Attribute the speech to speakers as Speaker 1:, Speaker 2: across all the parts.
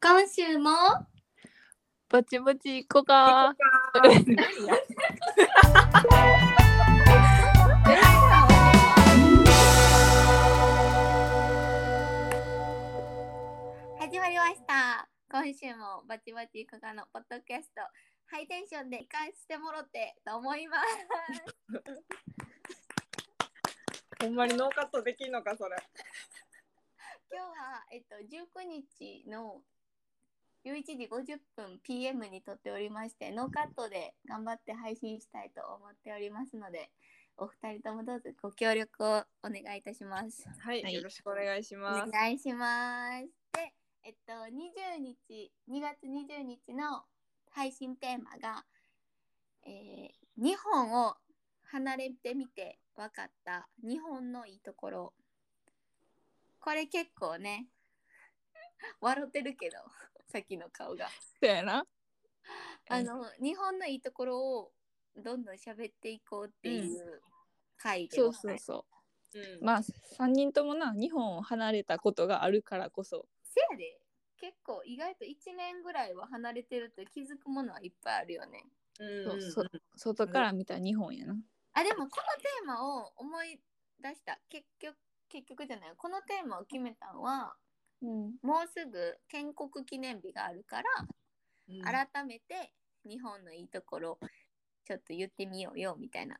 Speaker 1: 今週も
Speaker 2: ぼちぼち行こうか。
Speaker 1: 始まりました。今週もバチバチいかがのポッドキャストハイテンションで一回してもろってと思います。
Speaker 3: ほんまにノーカットできんのかそれ。
Speaker 1: 今日はえっと19日の11時50分 PM に撮っておりましてノーカットで頑張って配信したいと思っておりますのでお二人ともどうぞご協力をお願いいたします。
Speaker 3: はい、
Speaker 2: はい
Speaker 3: よろしくお願いし
Speaker 1: お
Speaker 3: ます。
Speaker 1: 願いします。で、えっと、20日、2月20日の配信テーマが、えー日本を離れてみて分かった日本のいいところ。これ結構ね、笑ってるけど、 さっきの顔が。
Speaker 2: そうや な。
Speaker 1: あの、日本のいいところをどんどん喋っていこうっていう回で
Speaker 2: そ
Speaker 1: ご
Speaker 2: う
Speaker 1: ざ
Speaker 2: そ
Speaker 1: いうます。
Speaker 2: そ
Speaker 3: うん
Speaker 2: う。まあ三人ともな日本を離れたことがあるからこそ。
Speaker 1: せやで結構意外と1年ぐらいは離れてると気づくものはいっぱいあるよね。
Speaker 3: うん
Speaker 2: そうそ外から見た日本やな。
Speaker 1: あでもこのテーマを思い出した結局結局じゃないこのテーマを決めたのは
Speaker 2: うん。
Speaker 1: もうすぐ建国記念日があるから
Speaker 3: うん
Speaker 1: 改めて日本のいいところちょっと言ってみようよみたいな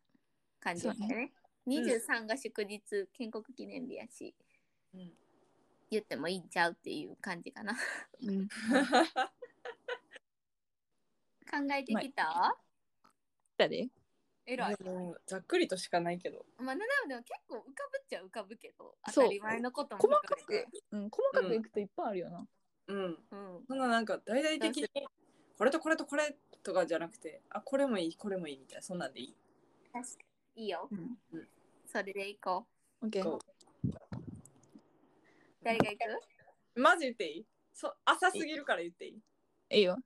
Speaker 1: 感じだったよね。
Speaker 3: うね
Speaker 1: 23が祝日建国記念日やし
Speaker 3: うん
Speaker 1: 言ってもいいんちゃうっていう感じかな。
Speaker 2: うん、
Speaker 1: 考えてきた
Speaker 2: だで。
Speaker 1: えらい。
Speaker 3: もうざっくりとしかないけど。
Speaker 1: まあ、なでも結構浮かぶっちゃ浮かぶけど当
Speaker 2: そう
Speaker 1: たり前のことも
Speaker 2: 細
Speaker 1: 含
Speaker 2: か
Speaker 1: めて
Speaker 2: く、うん、細かくいくといっぱいあるよな。
Speaker 3: うん。
Speaker 1: うん、
Speaker 3: そんななんか大々的にこれとこれとこれとかじゃなくて、あこれもいいこれもいいみたいなそんなんでいい。
Speaker 1: 確かにいいよ、
Speaker 2: うん
Speaker 3: うん
Speaker 1: それでいこ
Speaker 2: オッケー
Speaker 3: こ。
Speaker 1: う誰が行く
Speaker 3: うマジ言っていい？そう浅すぎるから言っていい。
Speaker 2: いいよ。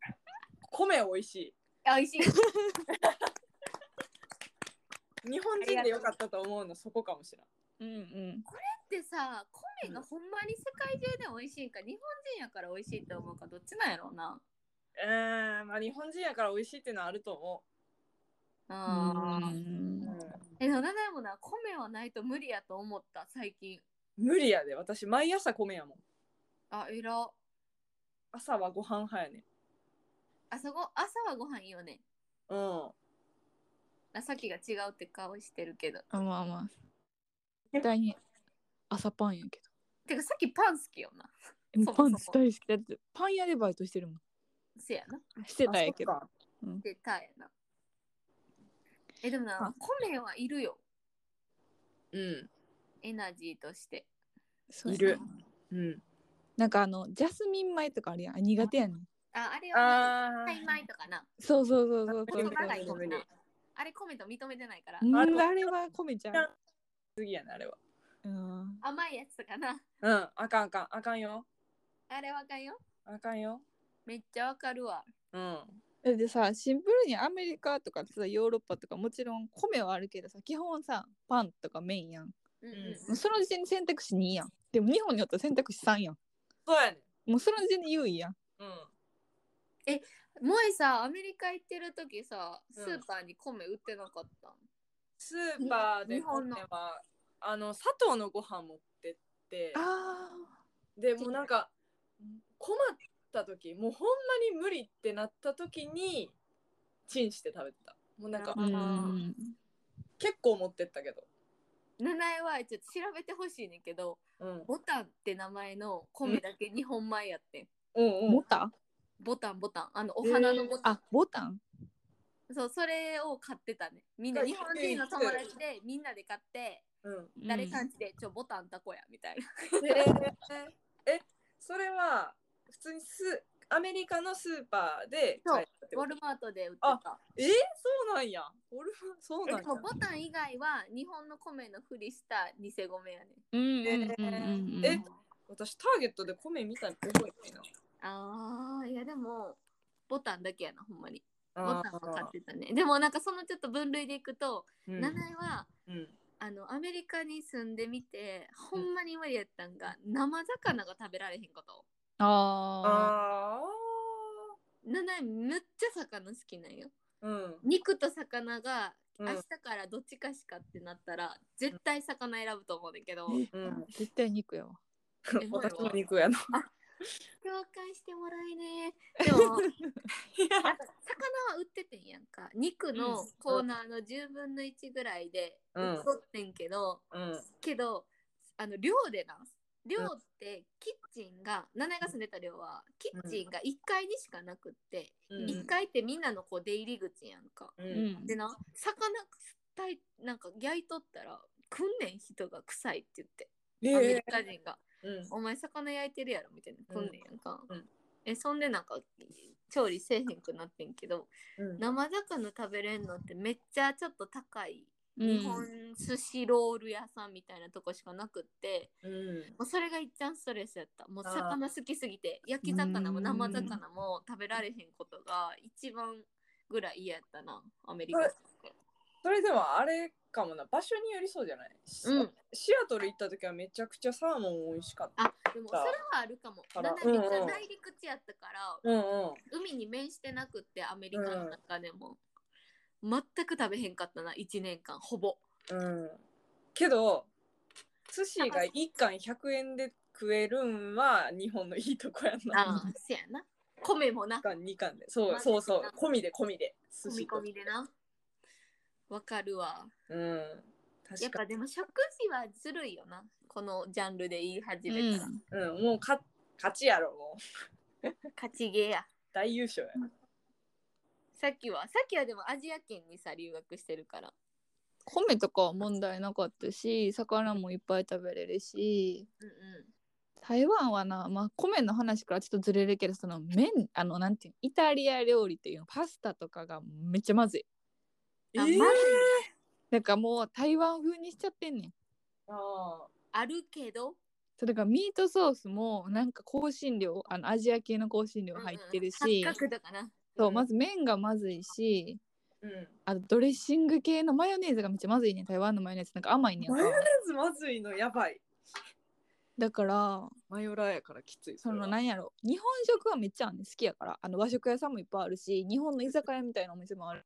Speaker 3: 米美味しい。
Speaker 1: あ美味しい
Speaker 3: 日本人でよかったと思うのそこかもしれん。
Speaker 2: うんうん。
Speaker 1: でさ米がほんまに世界中で美味しいんか日本人やから美味しいと思うかどっちなんやろうな
Speaker 3: えー、まあ日本人やから美味しいっていうのはあると思
Speaker 1: あー
Speaker 3: う。
Speaker 2: ん
Speaker 1: えでもなでもな米はないと無理やと思った最近
Speaker 3: 無理やで、私毎朝米やもん。
Speaker 1: あえら
Speaker 3: 朝はご飯派やね。
Speaker 1: あそこ朝はご飯いいよね
Speaker 3: うん。
Speaker 1: あさっきが違うって顔してるけど
Speaker 2: あまあまあ。絶対に朝パンやけ
Speaker 1: てかさっきパン好きよな
Speaker 2: ど。
Speaker 1: そう
Speaker 2: え
Speaker 1: そう
Speaker 2: パン大好きだってパン屋でバイトしてるもん。
Speaker 1: せやな
Speaker 2: してたんやけど
Speaker 3: あ。そっか
Speaker 1: 出たやなえでもな
Speaker 2: あ
Speaker 1: 米はいるよ
Speaker 3: うん。
Speaker 1: エナジーとして
Speaker 2: そうや
Speaker 3: いる
Speaker 2: な
Speaker 3: うん、
Speaker 2: なんかあのジャスミン米とかあるやんあ苦手やねん
Speaker 1: ああれは
Speaker 3: あ
Speaker 1: タイ米とかな
Speaker 2: そうそうそうそう
Speaker 1: ち
Speaker 2: そ
Speaker 1: ょ
Speaker 2: う
Speaker 1: っと長いも
Speaker 2: そうん
Speaker 1: なあれ米と認めてないから
Speaker 2: うんあ
Speaker 3: あと
Speaker 2: れは米ちゃん
Speaker 3: 次やねあれは。
Speaker 2: うん
Speaker 1: 甘いやつとかな
Speaker 3: うん、あかんあかん、あかんよ。
Speaker 1: あれわかんよ
Speaker 3: あかんよ。
Speaker 1: めっちゃわかるわ
Speaker 3: うん。
Speaker 2: だってさシンプルにアメリカとかさヨーロッパとかもちろん米はあるけどさ基本さパンとか麺やんも
Speaker 1: うんうん、
Speaker 3: う
Speaker 2: うその時点で選択肢2やんでも日本によっては選択肢3やん
Speaker 3: そうやね
Speaker 2: もうその時点で優位やん
Speaker 3: ん。うん。
Speaker 1: 萌えさアメリカ行ってる時さス
Speaker 3: う
Speaker 1: ー
Speaker 3: ん
Speaker 1: パーに米売ってなかったん、
Speaker 3: スーパーで
Speaker 1: 日本
Speaker 3: 本
Speaker 1: の
Speaker 3: 年は、あの、砂糖のご飯持ってって、
Speaker 2: あ
Speaker 3: でもうなんか、困った時、もうほんまに無理ってなった時に、チンして食べてた。もうなんか
Speaker 1: あ、ー
Speaker 3: 結構持ってったけど。
Speaker 1: 七重はちょっと調べてほしいねんけど
Speaker 3: うん。
Speaker 1: ボタンって名前の米だけ日本米やってん
Speaker 3: うんう
Speaker 2: ボ
Speaker 3: ん。
Speaker 2: タン
Speaker 1: ボタンボタンあのお花のボタン、
Speaker 2: あボタン
Speaker 1: そうそれを買ってたねみんな
Speaker 3: うん
Speaker 1: 日本人の友達でみんなで買って
Speaker 3: うん、
Speaker 1: 誰かんちでちょボタンたこやみたいな
Speaker 3: ええ、それは、普通にスアメリカのスーパーで買えたって
Speaker 1: ウォ
Speaker 3: こと
Speaker 1: ルマートで売ってた
Speaker 3: えそうなんや。俺はそう
Speaker 1: え
Speaker 3: なん
Speaker 1: で
Speaker 3: や。
Speaker 1: もボタン以外は日本の米のふりした偽米やね
Speaker 2: うんうんうんうんうん
Speaker 3: え私ターゲットで米見たって覚えてない
Speaker 1: あーいやでもボタンだけやなほんまにボ
Speaker 3: な。
Speaker 1: タンは買ってたねでもなんかそのちょっと分類でいくと、
Speaker 3: うん
Speaker 1: ナナエは
Speaker 3: うん
Speaker 1: あのアメリカに住んでみてほんまに無理やったんが生魚が食べられへんこと
Speaker 2: あ
Speaker 3: あ
Speaker 1: ななむっちゃ魚好きなんよ
Speaker 3: うん
Speaker 1: 肉と魚が
Speaker 3: う
Speaker 1: 明
Speaker 3: ん
Speaker 1: 日からどっちかしかってなったら、絶対魚選ぶと思うねんだけど
Speaker 2: え
Speaker 3: うん
Speaker 2: 絶対肉やわ。
Speaker 1: え
Speaker 3: 私も肉やな
Speaker 1: 共感してもらえねーでも魚は売っててんやんか肉のコーナーの10分の1ぐらいで
Speaker 3: うん
Speaker 1: 売っとってんけど、
Speaker 3: うん
Speaker 1: けどあの寮でな寮ってキッチンが七重が住んでた寮はキッチンが1階にしかなくって、
Speaker 3: うん
Speaker 1: 1階ってみんなのこう出入り口やんか、
Speaker 3: う
Speaker 2: うんん
Speaker 1: でな魚たいなんか焼いとったら来んねん人が臭いって言って
Speaker 3: え
Speaker 1: アメ
Speaker 3: え
Speaker 1: リカ人が。
Speaker 3: うん
Speaker 1: お前魚焼いてるやろみたいな
Speaker 3: うん
Speaker 1: 来んねんやんか、
Speaker 3: うん
Speaker 1: えそんでなんか調理せえへんくなってんけど
Speaker 3: うん
Speaker 1: 生魚食べれんのってめっちゃちょっと高い
Speaker 2: うん
Speaker 1: 日本寿司ロール屋さんみたいなとこしかなくって、
Speaker 3: うん
Speaker 1: もうそれが一番ストレスやったもう
Speaker 3: あー
Speaker 1: 魚好きすぎて焼き魚も
Speaker 2: うん
Speaker 1: 生魚も食べられへんことが一番ぐらい嫌やったなアメリカ
Speaker 3: それでもあれかもな場所によりそうじゃない、
Speaker 1: うん
Speaker 3: シアトル行った時はめちゃくちゃサーモン美味しかった
Speaker 1: あでもそれはあるかも
Speaker 3: あら
Speaker 1: 七海ち
Speaker 3: うんう
Speaker 1: ゃ
Speaker 3: ん
Speaker 1: ん内陸地やったから、
Speaker 3: うん
Speaker 1: 海に面してなくってアメリカの中でも、全く食べへんかったな1年間ほぼ
Speaker 3: うんうんけど寿司が1貫100円で食えるんは日本のいいとこや
Speaker 1: あ
Speaker 3: な
Speaker 1: あせやな米もな
Speaker 3: 1貫2貫でそう、
Speaker 1: まず
Speaker 3: そうそう
Speaker 1: な
Speaker 3: 込みで込みで寿
Speaker 1: 込み
Speaker 3: 司
Speaker 1: 込みでなわかるわ
Speaker 3: うん
Speaker 1: や
Speaker 3: 確
Speaker 1: っ
Speaker 3: か
Speaker 1: ぱでも食事はずるいよなこのジャンルで言い始めたら、
Speaker 3: うんもうか勝ちやろもう
Speaker 1: 勝ちゲーや
Speaker 3: 大優勝や
Speaker 1: さっきはさっきはでもアジア圏にさ留学してるから
Speaker 2: 米とかは問題なかったし魚もいっぱい食べれるし
Speaker 1: うん
Speaker 2: 台湾はな、まあ、米の話からちょっとずれるけどその麺あのなんていうのイタリア料理っていうのパスタとかがめっちゃまずい
Speaker 1: うんあ、
Speaker 3: えー
Speaker 1: まあ
Speaker 2: なんかもう台湾風にしちゃってんねん
Speaker 3: あ
Speaker 1: あるけど
Speaker 2: それがミートソースもなんか香辛料あのアジア系の香辛料入ってるし、
Speaker 1: 八角とかな
Speaker 2: そうまず麺がまずいし
Speaker 3: ーうん
Speaker 2: あとドレッシング系のマヨネーズがめっちゃまずいねん台湾のマヨネーズなんか甘いねん
Speaker 3: マ
Speaker 2: か
Speaker 3: ヨネーズまずいのやばい
Speaker 2: だから
Speaker 3: マヨラーやからきつい
Speaker 2: その
Speaker 3: い
Speaker 2: なんやろ日本食はめっちゃあんねん好きやからあの和食屋さんもいっぱいあるし日本の居酒屋みたいなお店もある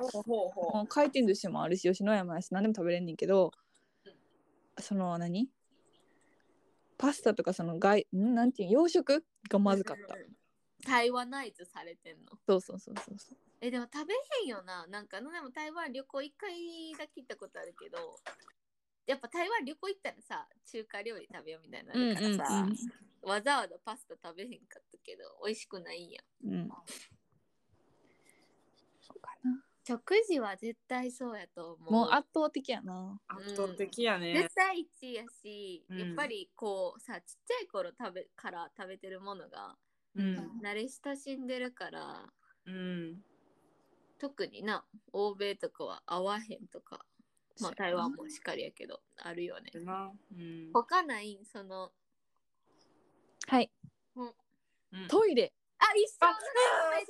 Speaker 3: ほうほうほ
Speaker 2: もう回転寿司もあるし吉野家もやし何でも食べれんねんけどその何パスタとかその外んなんていう洋食がまずかった
Speaker 1: うんうん台湾ナイズされてんの
Speaker 2: そうそうそうそうそう
Speaker 1: えでも食べへんよななんかのでも台湾旅行一回だけ行ったことあるけどやっぱ台湾旅行行ったらさ中華料理食べようみたいになるからさ、わざわざパスタ食べへんかったけど美味しくないんや
Speaker 2: うんうんそうかな
Speaker 1: 食事は絶対そうやと思う
Speaker 2: もう圧倒的やな
Speaker 3: う圧倒的やね
Speaker 1: 絶対一位やし、
Speaker 3: うん
Speaker 1: やっぱりこうさちっちゃい頃食べから食べてるものが
Speaker 3: うん
Speaker 1: 慣れ親しんでるから
Speaker 3: うん
Speaker 1: 特にな欧米とかは合わへんとかまあ台湾もしっかりやけどあるよね
Speaker 3: なうん
Speaker 1: 他ないその
Speaker 2: はい
Speaker 3: うん
Speaker 2: トイレ
Speaker 1: あ一緒
Speaker 3: あ
Speaker 1: だ
Speaker 3: あー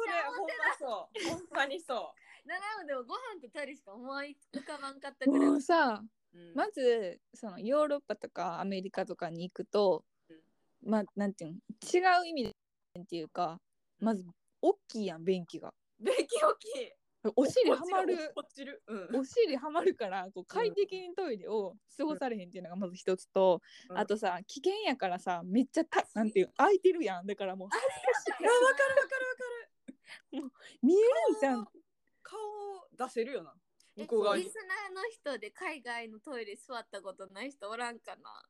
Speaker 3: それほんまそうほんまにそ
Speaker 1: ななのでもご飯とトイレしか思い浮かばんかったぐらい
Speaker 2: もうさ
Speaker 3: ううん
Speaker 2: まずそのヨーロッパとかアメリカとかに行くと、まあなんていうの違う意味でっていうかまず大きいやん便器が
Speaker 3: べきおき
Speaker 2: お尻はまる
Speaker 3: 落ちるうん
Speaker 2: お尻はまるからこう快適にトイレを過ごされへんっていうのがまず一つと、
Speaker 3: うん
Speaker 2: あとさ危険やからさめっちゃたなんていう空いてるやんだからも
Speaker 3: いやわかるわかるわかる
Speaker 2: う見えるんじゃん
Speaker 3: 顔を出せるよな
Speaker 1: え
Speaker 3: 向こう側
Speaker 1: リ
Speaker 3: に
Speaker 1: スナーの人で海外のトイレ座ったことない人おらんかな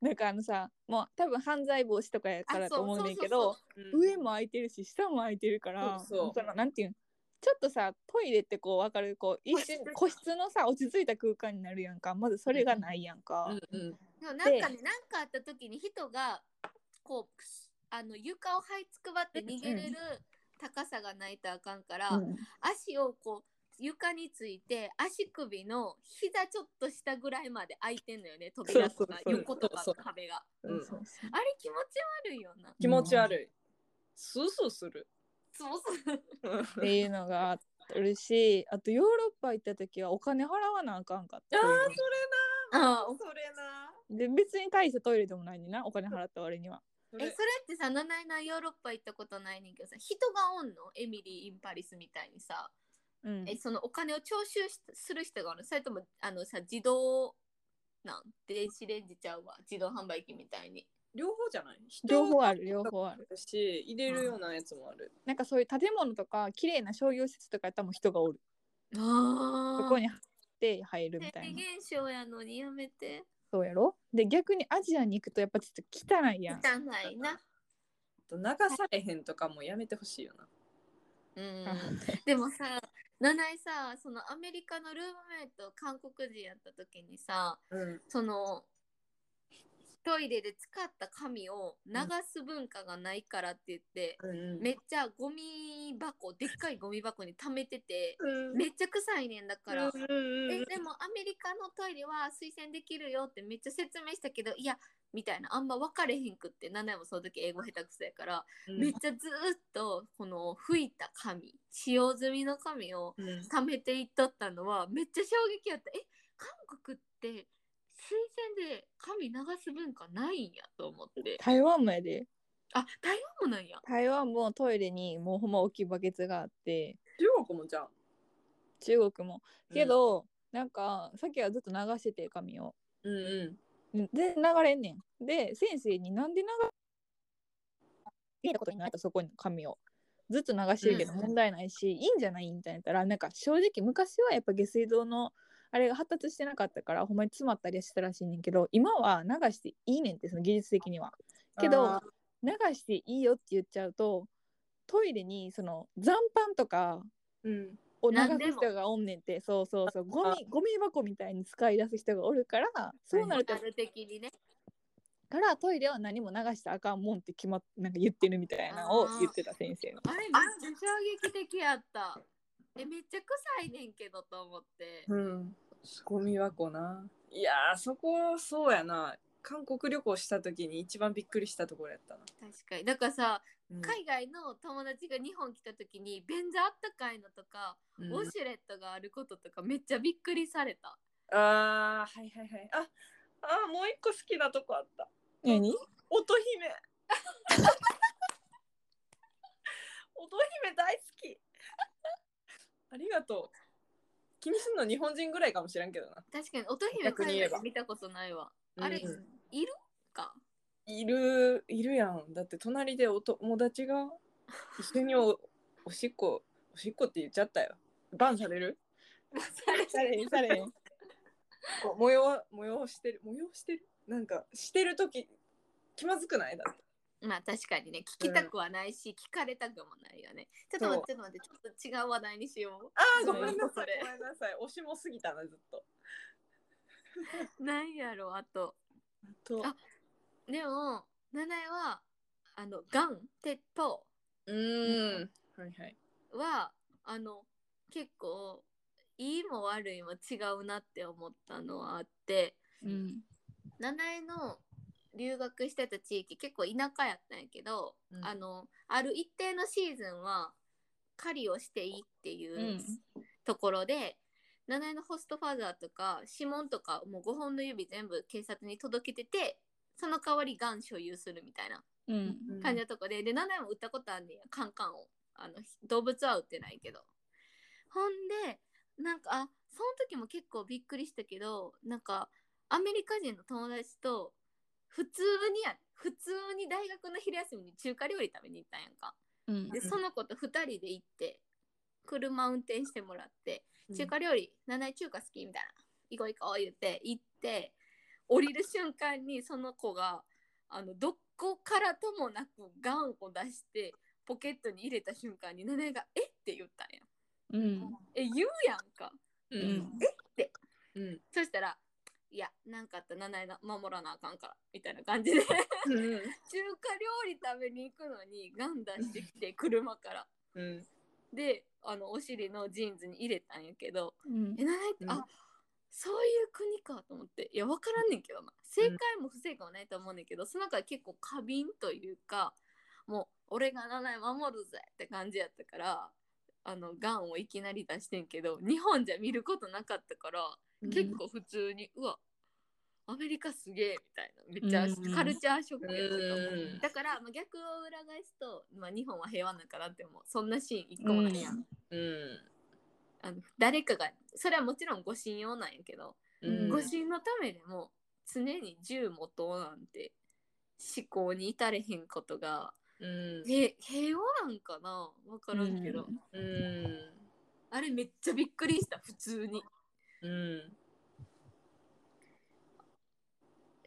Speaker 2: なんかあのさもう多分犯罪防止とかや
Speaker 1: あ
Speaker 2: からと思うねん
Speaker 1: そ
Speaker 2: け
Speaker 1: う
Speaker 2: ど
Speaker 1: そう
Speaker 3: うん
Speaker 2: 上も空いてるし下も空いてるから
Speaker 3: そうそう
Speaker 2: のなんていうのちょっとさトイレってこう分かるこう一瞬個
Speaker 1: 個
Speaker 2: 室のさ落ち着いた空間になるやんかまずそれがないやんか、
Speaker 3: うんうん
Speaker 1: そうでもなんかねなんかあった時に人がこうあの床を這いつくばって逃げれる高さがないとあかんから、
Speaker 2: うん
Speaker 1: 足をこう床について足首の膝ちょっと下ぐらいまで開いてんのよね扉とか
Speaker 2: そうそうそう
Speaker 1: 横とかの壁が
Speaker 3: うん
Speaker 2: そうそう
Speaker 1: あれ気持ち悪いよな
Speaker 3: 気持ち悪いスースー する
Speaker 1: そうそう
Speaker 3: うん
Speaker 2: っていうのがあるしあとヨーロッパ行った時はお金払わなあかんかった
Speaker 3: あーそれな
Speaker 1: あ
Speaker 3: それな
Speaker 2: で別に大したトイレでもないねんなお金払った割には
Speaker 3: そ
Speaker 1: えそれ
Speaker 3: れ
Speaker 1: ってさナナイナヨーロッパ行ったことないねんけどさ人がおんのエミリー・イン・パリスみたいにさ、
Speaker 2: うん、
Speaker 1: えそのお金を徴収しする人がおるのそれともあのさ自動なん電子レンジちゃうわ自動販売機みたいに
Speaker 3: 両方じゃない
Speaker 2: 両方ある両方ある
Speaker 3: るし入れるようなやつもある、
Speaker 2: なんかそういう建物とか綺麗な商業施設とかやったらもう人がおる
Speaker 1: あ
Speaker 2: そこに入って入るみたいな
Speaker 1: 現象やのにやめて
Speaker 2: そうやろで逆にアジアに行くとやっぱちょっと汚いやん
Speaker 1: 汚いな
Speaker 3: と流されへんとかもやめてほしいよな
Speaker 1: うんでもさナナイさそのアメリカのルームメイト韓国人やった時にさ
Speaker 3: うん
Speaker 1: そのトイレで使った紙を流す文化がないからって言って、
Speaker 3: うん
Speaker 1: めっちゃゴミ箱でっかいゴミ箱に溜めてて
Speaker 3: うん
Speaker 1: めっちゃ臭いねんだから、
Speaker 3: うんうんうん
Speaker 1: えでもアメリカのトイレは推薦できるよってめっちゃ説明したけどいやみたいなあんま分かれへんくってナナイもその時英語下手くそやから、
Speaker 3: うん
Speaker 1: めっちゃずーっとこの吹いた紙使用済みの紙を
Speaker 3: うん
Speaker 1: 貯めていっとったのはめっちゃ衝撃やったえ韓国って水洗で紙流す文化ないんやと思って
Speaker 2: 台湾もやで
Speaker 1: あ台湾もなんや
Speaker 2: 台湾もトイレにもうほんま大きいバケツがあって
Speaker 3: 中国もじゃあ
Speaker 2: 中国もけど、なんかさっきはずっと流してて髪を
Speaker 3: うんうん
Speaker 2: で流れんねんで先生になんで流れたことになったそこに髪をずっと流してるけど
Speaker 3: うん
Speaker 2: 問題ないし、いいんじゃないみたいな言ったらなんか正直昔はやっぱ下水道のあれが発達してなかったからほんまに詰まったりしてたらしいねんけど今は流していいねんってその技術的にはけど
Speaker 3: あ
Speaker 2: 流していいよって言っちゃうとトイレにその残飯とか
Speaker 3: ーうん
Speaker 2: を流
Speaker 1: 何ですも
Speaker 2: 人がおんねんてそうそうそうゴミゴミ箱みたいに使い出す人がおるからそう
Speaker 1: モ
Speaker 2: なると
Speaker 1: ダル的にね
Speaker 2: からトイレは何も流したらあかんもんって決まっなんか言ってるみたいなのを言ってた先生の
Speaker 1: あれめっちゃ衝撃的やったえめっちゃ臭いねんけどと思って
Speaker 3: うんゴミ箱ないやーそこそうやな韓国旅行した時に一番びっくりしたところやったな、
Speaker 1: 確かにだからさ
Speaker 3: うん
Speaker 1: 海外の友達が日本来た時に便座あったかいのとか、
Speaker 3: うん
Speaker 1: ウォシュレットがあることとかめっちゃびっくりされた
Speaker 3: あーはいはいはいああーもう一個好きなとこあった
Speaker 2: 何
Speaker 3: 乙姫乙姫大好きありがとう気にすんの日本人ぐらいかもしれんけどな、
Speaker 1: 確かに乙姫
Speaker 3: 逆に
Speaker 1: 海
Speaker 3: 言え
Speaker 1: 外
Speaker 3: ば
Speaker 1: で見たことないわあれ、
Speaker 3: うん
Speaker 1: いるか
Speaker 3: いるいるやんだって隣でお友達が一緒におおしっこおしっこって言っちゃったよバンされる
Speaker 2: されへんされへん
Speaker 3: こう模様模様してる模様してるなんかしてる時気まずくないだって
Speaker 1: まあ確かにね聞きたくはないし、聞かれたくもないよねちょっと待ってちょっと待ってちょっと違う話題にしよう
Speaker 3: あ
Speaker 1: ー
Speaker 3: あ
Speaker 1: ご
Speaker 3: ご
Speaker 1: め
Speaker 3: め
Speaker 1: ん
Speaker 3: ん
Speaker 1: な
Speaker 3: な
Speaker 1: さ
Speaker 3: さ
Speaker 1: い
Speaker 3: いごめんなさい押しも過ぎたなずっと
Speaker 1: なんやろあと
Speaker 3: と
Speaker 1: あでもナナエはあのガン鉄砲
Speaker 3: うーんはいはい
Speaker 1: はあの結構いいも悪いも違うなって思ったのはあって
Speaker 2: うん
Speaker 1: 七重の留学してた地域結構田舎やったんやけど、
Speaker 3: うん
Speaker 1: あのある一定のシーズンは狩りをしていいっていうところで、七重のホストファザーとか指紋とかもう5本の指全部警察に届けててその代わりガン所有するみたいな
Speaker 2: うん
Speaker 1: 感じのとこで、で7も売ったことあんねんやカンカンをあの動物は売ってないけどほんでなんかあその時も結構びっくりしたけどなんかアメリカ人の友達と普通にや普通に大学の昼休みに中華料理食べに行ったんやんか
Speaker 2: うん
Speaker 1: で
Speaker 3: うん
Speaker 1: その子と2人で行って車運転してもらって
Speaker 3: うん
Speaker 1: 中華料理、七井中華好きみたいな行こう行こう言って行って降りる瞬間にその子があのどこからともなくガンを出してポケットに入れた瞬間に七井が「えっ?」て言ったんや
Speaker 2: うん
Speaker 1: え言うやんか
Speaker 3: う
Speaker 2: うん
Speaker 3: うん
Speaker 1: そしたら「いやなんかあったら七井が守らなあかんから」みたいな感じで 中華
Speaker 3: うん
Speaker 1: 料理食べに行くのにガン出してきて車から
Speaker 3: うん
Speaker 1: であのお尻のジーンズに入れたんやけど
Speaker 2: うん
Speaker 1: えないって、
Speaker 3: うん
Speaker 1: あそういう国かと思っていや分からんねんけどな正解も不正解もないと思うねんけど、その中で結構過敏というかもう俺が7位守るぜって感じやったからあのガンをいきなり出してんけど日本じゃ見ることなかったから結構普通に、うわアメリカすげえみたいなめっち
Speaker 2: うん
Speaker 1: ゃカルチャーショックやったと思う
Speaker 3: うん
Speaker 1: だから、まあ、逆を裏返すと、まあ、日本は平和なんかなって思うそんなシーン一個もないやん、
Speaker 3: うん
Speaker 1: あの誰かがそれはもちろん護身用なんやけど、
Speaker 3: うん
Speaker 1: 護身のためでも常に銃持とうなんて思考に至れへんことが
Speaker 3: うん
Speaker 1: へ平和なんかな分からんけど、
Speaker 2: うん
Speaker 3: うん
Speaker 1: あれめっちゃびっくりした普通に
Speaker 3: うん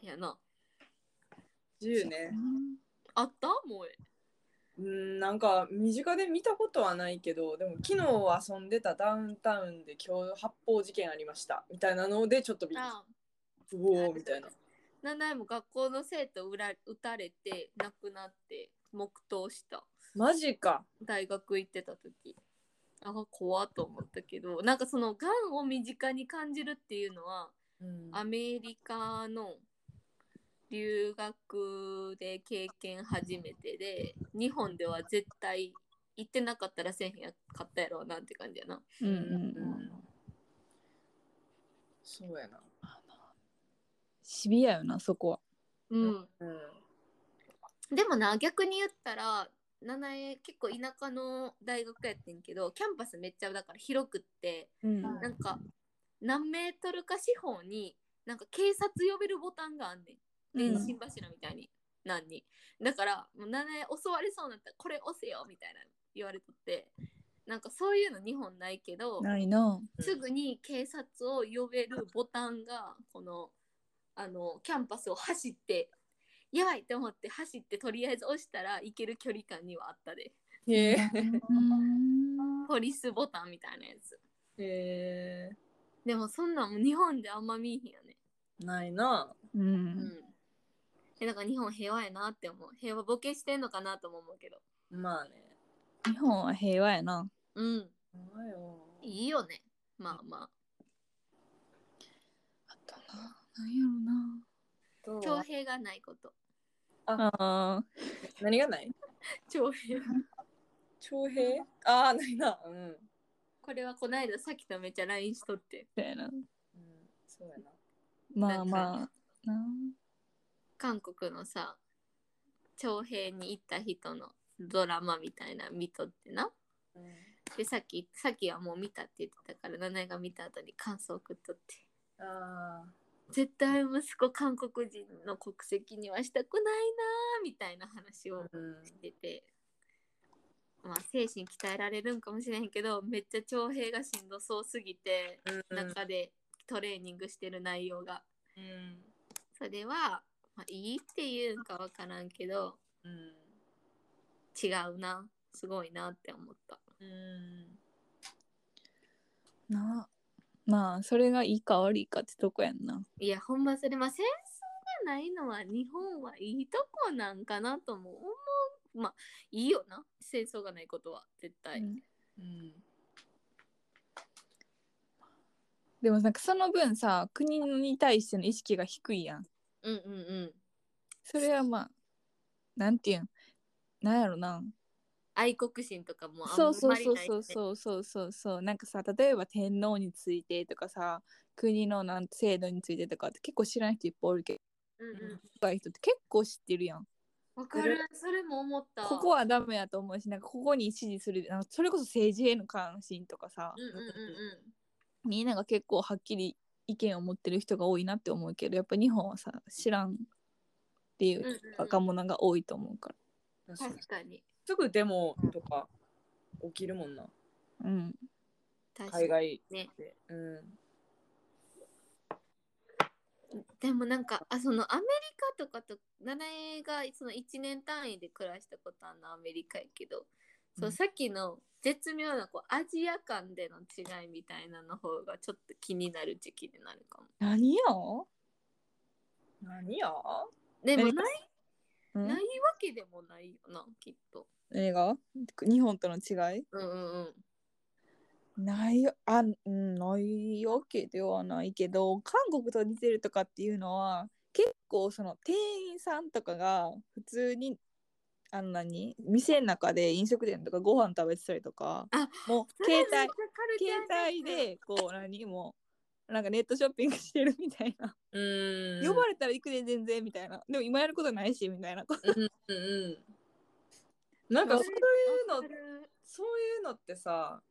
Speaker 1: やな
Speaker 3: 銃ね
Speaker 1: あったもう
Speaker 3: うんなんか身近で見たことはないけどでも昨日遊んでたダウンタウンで今日発砲事件ありましたみたいなのでちょっとびっく
Speaker 1: あ
Speaker 3: りうおーみたいな
Speaker 1: なんだも学校の生徒うら撃たれて亡くなって黙祷した
Speaker 3: マジか
Speaker 1: 大学行ってた時あ怖っと思ったけどなんかそのがんを身近に感じるっていうのは
Speaker 3: うん
Speaker 1: アメリカの留学で経験初めてで日本では絶対行ってなかったらせえへんやかったやろうなって感じやな
Speaker 2: うんうん
Speaker 3: うんそうやな
Speaker 2: シビアよなそこは
Speaker 1: うん
Speaker 3: うん
Speaker 1: でもな逆に言ったら七重結構田舎の大学やってんけどキャンパスめっちゃだから広くって
Speaker 2: うん
Speaker 1: なんか何メートルか四方になんか警察呼べるボタンがあんねん電信柱みたいに、なんにだからもう七重襲われそうになったらこれ押せよみたいな言われとってなんかそういうの日本ないけど
Speaker 2: ないな
Speaker 1: すぐに警察を呼べるボタンがこのあのキャンパスを走ってやばいって思って走ってとりあえず押したら行ける距離感にはあったで
Speaker 3: へ
Speaker 2: うん
Speaker 1: ポリスボタンみたいなやつ
Speaker 3: えへ
Speaker 1: でもそんなんもう日本であんま見えへんよね
Speaker 3: えないな
Speaker 2: う
Speaker 1: うんんえだから日本平和やなって思う平和ボケしてんのかなとも思うけど
Speaker 3: まあね
Speaker 2: 日本は平和やな
Speaker 1: うん
Speaker 3: まあよ
Speaker 1: いいよねまあま
Speaker 2: あったななんやろな
Speaker 3: ど
Speaker 1: あ
Speaker 3: う
Speaker 1: 徴兵がないこと
Speaker 2: あ
Speaker 3: 何がない
Speaker 1: 徴 兵
Speaker 3: 徴兵ああないなうん、うん、
Speaker 1: これはこないださっきとめっちゃ LINE しとって
Speaker 2: みたいな
Speaker 3: そうやな
Speaker 2: まあ
Speaker 1: な
Speaker 2: まあな
Speaker 1: 韓国のさ徴兵に行った人のドラマみたいな見とってな
Speaker 3: うん
Speaker 1: でさっきさっきはもう見たって言ってたからナナエが見た後に感想送っとって
Speaker 3: ああ
Speaker 1: 絶対息子韓国人の国籍にはしたくないなーみたいな話を
Speaker 3: うん
Speaker 1: してて、まあ精神鍛えられるんかもしれへんけどめっちゃ徴兵がしんどそうすぎて
Speaker 3: うん
Speaker 1: 中でトレーニングしてる内容が
Speaker 3: うん
Speaker 1: それは、まあ、いいっていうんかわからんけど
Speaker 3: うん
Speaker 1: 違うなすごいなって思った
Speaker 3: うん
Speaker 2: なまあそれがいいか悪いかってとこやんない
Speaker 1: やほんまそれまあ戦争がないのは日本はいいとこなんかなとも思うまあいいよな戦争がないことは絶対、
Speaker 2: うん
Speaker 3: うん
Speaker 2: でもなんかその分さ国に対しての意識が低いやん
Speaker 1: うん、うんうん
Speaker 2: それはまあなんていうんなんやろな
Speaker 1: 愛国心とかもあん
Speaker 2: そうそう
Speaker 1: まり
Speaker 2: そう
Speaker 1: ない
Speaker 2: そう
Speaker 1: う
Speaker 2: そうそうそうそうなんかさ例えば天皇についてとかさ国のなん制度についてとかって結構知らない人いっぱいおるけど
Speaker 1: うんうん
Speaker 2: 若い人って結構知ってるやん
Speaker 1: わかるそれも思った
Speaker 2: ここはダメやと思うしなんかここに支持するなんかそれこそ政治への関心とかさ
Speaker 1: うんうんうん
Speaker 2: みんなが結構はっきり意見を持ってる人が多いなって思うけどやっぱ日本はさ知らんってい
Speaker 1: うんうん
Speaker 2: う
Speaker 1: うん
Speaker 2: 若者が多いと思うか
Speaker 1: 確かに
Speaker 3: すぐデモとか起きるもんな
Speaker 2: らうん
Speaker 1: 確か
Speaker 3: 海
Speaker 1: に
Speaker 3: 外
Speaker 1: ね
Speaker 3: でうん
Speaker 1: でもなんかあそのアメリカとかと七重がその1年単位で暮らしたことあるのアメリカやけど、そううんさっきの絶妙なこうアジア間での違いみたいなの方がちょっと気になる時期になるかも。
Speaker 2: 何よ、
Speaker 3: 何や
Speaker 1: でも
Speaker 2: 何か
Speaker 1: ない
Speaker 2: うん
Speaker 1: ないわけでもないよなきっと。
Speaker 2: 映画日本との違い
Speaker 1: うんうんうん。
Speaker 2: ないよあうんないわけではないけど韓国と似てるとかっていうのは結構その店員さんとかが普通にあの何店の中で飲食店とかご飯食べてたりとか
Speaker 1: あ
Speaker 2: もう携
Speaker 1: それめっ
Speaker 2: 帯
Speaker 1: ちゃカルチャーショッ
Speaker 2: 携
Speaker 1: ク
Speaker 2: 帯でこう何もなんかネットショッピングしてるみたいな、
Speaker 3: うーん
Speaker 2: 呼ばれたら行くで全然みたいなでも今やることないしみたいな
Speaker 3: うんうんなんかそういうのそういうのってさ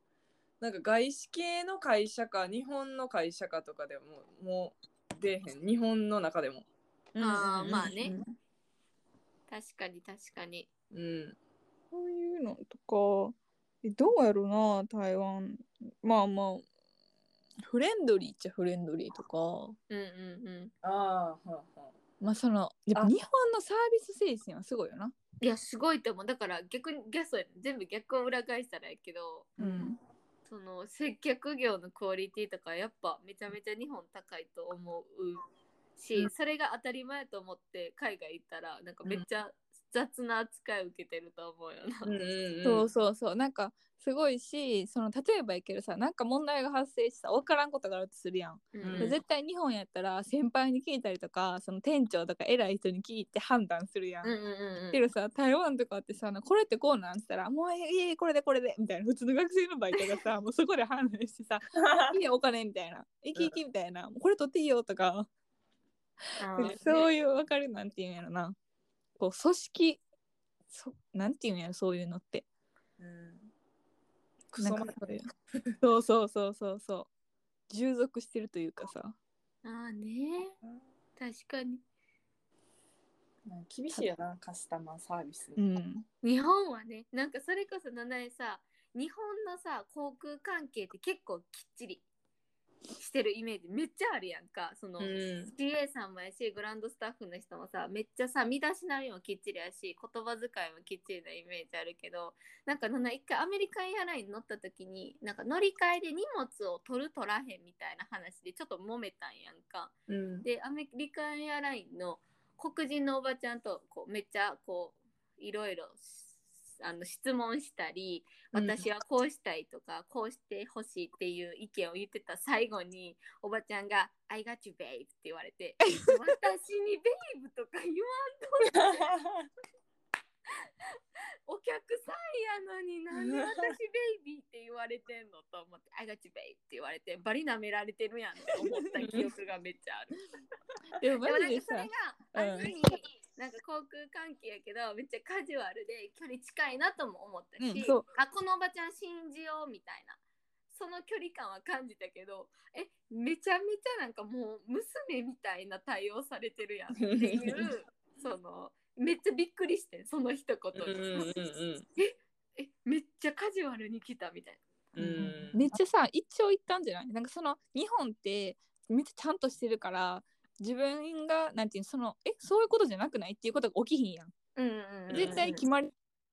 Speaker 3: なんか外資系の会社か日本の会社かとかでももう出えへん日本の中でも
Speaker 1: あーまあね
Speaker 2: うん
Speaker 1: 確かに確かに
Speaker 3: うん
Speaker 2: そういうのとかえどうやろな台湾まあまあフレンドリーっちゃフレンドリーとか
Speaker 1: うんうんうん
Speaker 3: ああはあはあ
Speaker 2: まあそのやっぱ
Speaker 3: あ
Speaker 2: 日本のサービス精神はすごいよな、
Speaker 1: いやすごいと思うだから逆に逆そうやね全部逆を裏返したらやけど
Speaker 2: うん、
Speaker 1: その接客業のクオリティとかやっぱめちゃめちゃ日本高いと思うし、
Speaker 3: うん
Speaker 1: それが当たり前と思って海外行ったらなんかめっちゃ雑な扱いを受けてると思うよな。
Speaker 3: うんうんうん
Speaker 2: そうそうそうなんかすごいしその例えばいけどさなんか問題が発生してさ分からんことがあるとするやん、
Speaker 1: うん
Speaker 3: うん
Speaker 2: で絶対日本やったら先輩に聞いたりとかその店長とか偉い人に聞いて判断するやん、
Speaker 1: うんうんうん
Speaker 2: けどさ台湾とかってさこれってこうなんつったら「もういえいえこれでこれで」みたいな普通の学生のバイトがさもうそこで判断してさ「いいよお金」みたいな「いきいき」みたいな「もうこれ取っていいよ」とか
Speaker 1: うん
Speaker 2: そういう分かるなんていうんやろなこう組織そなんていうんやろそういうのって
Speaker 3: うんクソ
Speaker 2: な
Speaker 3: ま
Speaker 2: んかそういうそうそうそうそうそう従属してるというかさ
Speaker 1: ああね確かに
Speaker 3: 厳しいよなカスタマーサービス、
Speaker 2: うん
Speaker 1: 日本はねなんかそれこそ七重さ日本のさ航空関係って結構きっちりしてるイメージめっちゃあるやんかその、
Speaker 3: うん
Speaker 1: CA さんもやしグランドスタッフの人もさめっちゃさ身だしなみもきっちりやし言葉遣いもきっちりなイメージあるけどなんか七一回アメリカンエアラインに乗った時になんか乗り換えで荷物を取る取らへんみたいな話でちょっと揉めたんやんか。
Speaker 3: うん
Speaker 1: でアメリカンエアラインの黒人のおばちゃんとこうめっちゃこういろいろあの質問したり
Speaker 3: うん
Speaker 1: 私はこうしたいとか、こうしてほしいっていう意見を言ってた最後におばちゃんが「I got you babe」って言われて「私にベイブとか言わんお客さんやのになんで私ベイビーって言われてんのと思って「I got you babe」って言われてバリ舐められてるやんって思った記憶がめっちゃある。
Speaker 2: でも
Speaker 1: でも
Speaker 2: マ
Speaker 1: な
Speaker 2: ジ
Speaker 1: んかそ
Speaker 2: で
Speaker 1: れ
Speaker 2: さ
Speaker 1: が
Speaker 2: う
Speaker 1: 安
Speaker 2: ん
Speaker 1: 易に、なんか航空関係やけどめっちゃカジュアルで距離近いなとも思ったし、
Speaker 2: うんそう
Speaker 1: あこのおばちゃん信じようみたいなその距離感は感じたけどえめちゃめちゃなんかもう娘みたいな対応されてるやんって いうそのめっちゃびっくりしてんその一言
Speaker 3: うん
Speaker 1: に、
Speaker 3: うんうん
Speaker 1: えめっちゃカジュアルに来たみたいな。
Speaker 3: うん
Speaker 2: めっちゃさ一長一短じゃないなんかその日本ってめっちゃちゃんとしてるから自分がなんていうのそのえそういうことじゃなくないっていうことが起きひんやん
Speaker 1: うんうんうん
Speaker 2: 絶対決まりと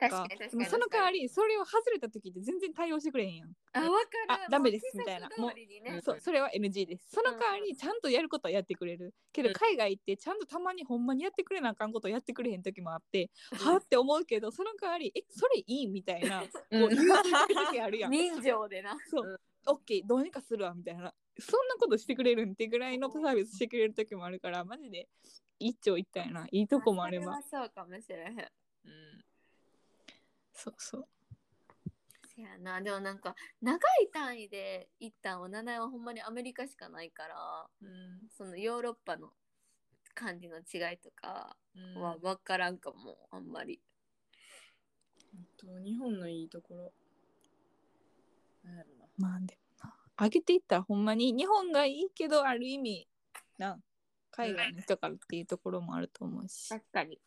Speaker 1: 確
Speaker 2: か
Speaker 1: かに確
Speaker 2: で
Speaker 1: か
Speaker 2: も
Speaker 1: に
Speaker 2: その代わりそれを外れた時って全然対応してくれへんやん、
Speaker 1: あわかる
Speaker 2: あダメですみたいな
Speaker 1: もう規則通りにね
Speaker 3: もう
Speaker 2: そうそれは NG ですその代わりちゃんとやることはやってくれるけど
Speaker 3: うん
Speaker 2: 海外ってちゃんとたまにほんまにやってくれなあかんことやってくれへん時もあって
Speaker 1: うん
Speaker 2: はあって思うけどその代わりえそれいいみたいなこう
Speaker 3: うん
Speaker 2: 言う時あ るやん
Speaker 1: 人情でな
Speaker 2: そうう、オッケーどうにかするわみたいなそんなことしてくれるんってぐらいのサービスしてくれる時もあるからマジで一長一短やないいとこもあれば
Speaker 1: あそれはそうかもしれへん。
Speaker 3: うん
Speaker 2: そうそう
Speaker 1: せやなでもなんか長い単位で一旦は七重はほんまにアメリカしかないから
Speaker 3: うん
Speaker 1: そのヨーロッパの感じの違いとか
Speaker 3: うん
Speaker 1: は分からんかもあんまり。
Speaker 3: と日本のいいところなんやろな
Speaker 2: まあでもな上げていったらほんまに日本がいいけどある意味な海外の人からっていうところもあると思うし、
Speaker 1: 確かに。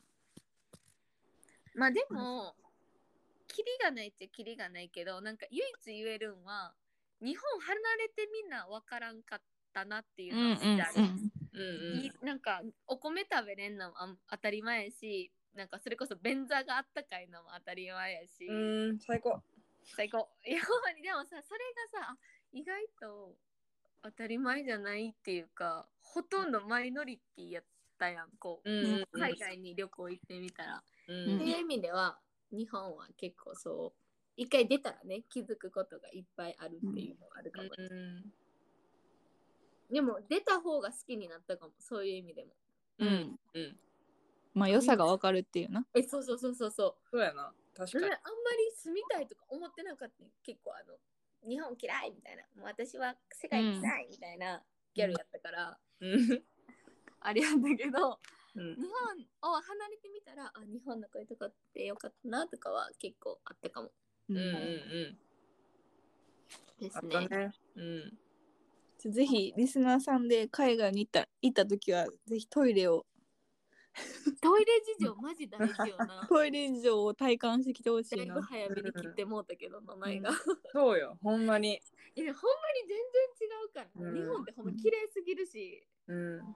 Speaker 1: まあでも、キリがないっちゃキリがないけど、なんか唯一言えるんは、日本離れてみんなわからんかったなっていう
Speaker 2: うんうん
Speaker 1: のはしてある。
Speaker 2: うん
Speaker 3: うん
Speaker 1: いなんかお米食べれんのもあん当たり前やしなんかそれこそ便座があったかいのも当たり前やし、
Speaker 3: うんうん最高
Speaker 1: 最高 いやほんまにでもさそれがさあ意外と当たり前じゃないっていうかほとんどマイノリティやったやんこう、
Speaker 3: うんうんうん
Speaker 1: 海外に旅行行ってみたら、
Speaker 3: う
Speaker 1: って
Speaker 3: ん
Speaker 1: いう意味では日本は結構そう一回出たらね気づくことがいっぱいあるっていうのがあるかも、
Speaker 3: うん
Speaker 1: でも出た方が好きになったかもそういう意味でも
Speaker 2: うん
Speaker 3: うん
Speaker 2: まあ良さがわかるっていうな
Speaker 1: えそうそうそうそうそう
Speaker 3: そうやな確
Speaker 1: うんあん
Speaker 3: か
Speaker 1: ま
Speaker 3: に
Speaker 1: り住みたいとか思ってなかったね結構あの日本嫌いみたいなもう私は世界にないみたいなギャルやったから、
Speaker 3: うん
Speaker 1: あれなんだけど
Speaker 3: うん
Speaker 1: 日本を離れてみたらあ日本のこういうとこってよかったなとかは結構あったかも
Speaker 3: うんうん
Speaker 2: うん
Speaker 3: うん
Speaker 1: です
Speaker 3: あ
Speaker 1: ね。
Speaker 3: ったねうん
Speaker 2: ぜひリスナーさんで海外に行った行った時はぜひトイレを
Speaker 1: トイレ事情マジ大事よ な。
Speaker 2: トイレ事情を体感してきてほし
Speaker 1: だ
Speaker 2: い
Speaker 1: い
Speaker 2: な
Speaker 1: ぶ。早めに切ってもうたけど名前が。
Speaker 3: そうよほんまに
Speaker 1: いやほんまに全然違うから、
Speaker 3: うん
Speaker 1: 日本ってほんま綺麗すぎるし、
Speaker 3: うん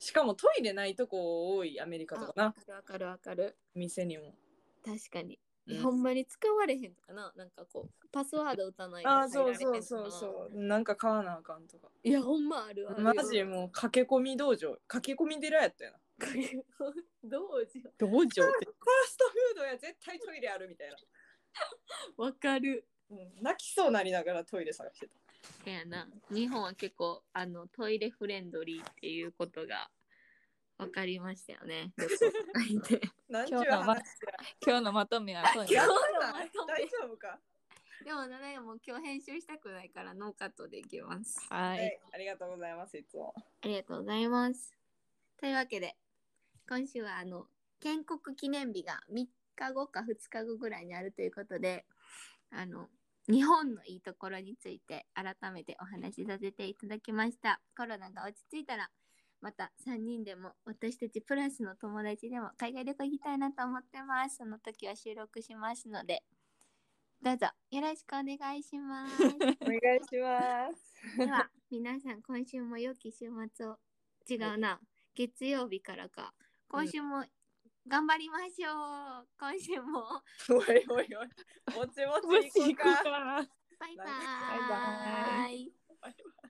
Speaker 3: しかもトイレないとこ多いアメリカとか
Speaker 1: あわ
Speaker 3: な
Speaker 1: かるわかるわかる
Speaker 3: 店にも
Speaker 1: 確かに、
Speaker 3: うん
Speaker 1: ほんまに使われへんかななんかこうパスワード打たないと入
Speaker 3: ああそ
Speaker 1: ら
Speaker 3: う
Speaker 1: れへんと
Speaker 3: そ
Speaker 1: か
Speaker 3: うそうそうなんか買わなあかんとか
Speaker 1: いやほんまあるある
Speaker 3: マジもう駆け込み道場駆け込み寺やったよな
Speaker 1: かけ どうしよ
Speaker 2: 道場って
Speaker 3: ファーストフードや絶対トイレあるみたいな、
Speaker 1: うわかる
Speaker 3: うん、泣きそうなりながらトイレ探してた
Speaker 1: せやな日本は結構あのトイレフレンドリーっていうことがわかりましたよね旅行先で
Speaker 3: 何ちゅう
Speaker 2: 今日の
Speaker 3: 話や
Speaker 2: ま今日のまとめはトイレ
Speaker 3: やば
Speaker 1: 今
Speaker 3: ない
Speaker 1: 日の
Speaker 3: 大丈夫か
Speaker 1: でも七重もう今日編集したくないからノーカットでいきます
Speaker 2: は
Speaker 3: はいい。ありがとうございますいつも
Speaker 1: ありがとうございます。というわけで、今週はあの建国記念日が3日後か2日後ぐらいにあるということで、あの日本のいいところについて改めてお話しさせていただきました。コロナが落ち着いたら、また3人でも私たちプラスの友達でも海外旅行行きたいなと思ってます。その時は収録しますので、どうぞよろしくお願いします。
Speaker 3: お願いします
Speaker 1: では皆さん今週も良き週末を違うな月曜日からか今週も頑張りましょう、今週も
Speaker 3: おいおいおいぼちぼち行こうか
Speaker 2: か
Speaker 1: バイバ
Speaker 3: バ
Speaker 1: ーイ
Speaker 2: イバ
Speaker 3: イ